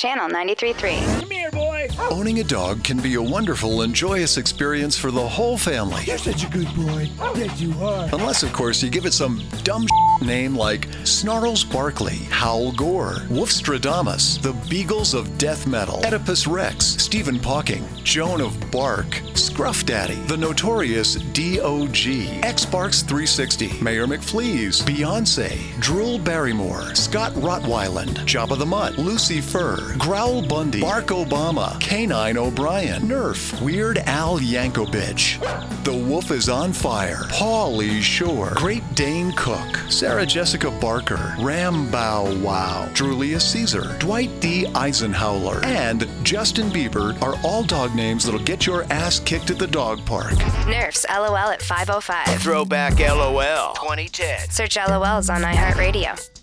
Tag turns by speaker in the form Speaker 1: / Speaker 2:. Speaker 1: Channel 93.3.
Speaker 2: Come here, boy.
Speaker 3: Owning a dog can be a wonderful and joyous experience for the whole family.
Speaker 2: You're such a good boy. Yes, you are.
Speaker 3: Unless, of course, you give it some dumb name like Snarls Barkley, Howl Gore, Wolfstradamus, The Beagles of Death Metal, Oedipus Rex, Stephen Pawking, Joan of Bark, Scruff Daddy, The Notorious D.O.G., XBarks360, Mayor McFleas, Beyonce, Drool Barrymore, Scott Rottweiland, Jabba the Mutt, Lucy Fur, Growl Bundy, Bark Obama, Canine O'Brien, Nerf, Weird Al Yankovic. The Wolf is on Fire, Paulie Shore, Great Dane Cook, Sarah Jessica Barker, Ram Bow Wow, Julius Caesar, Dwight D. Eisenhower, and Justin Bieber are all dog names that'll get your ass kicked at the dog park.
Speaker 1: Nerfs LOL at 505.
Speaker 4: Throwback LOL 2010.
Speaker 1: Search LOLs on iHeartRadio.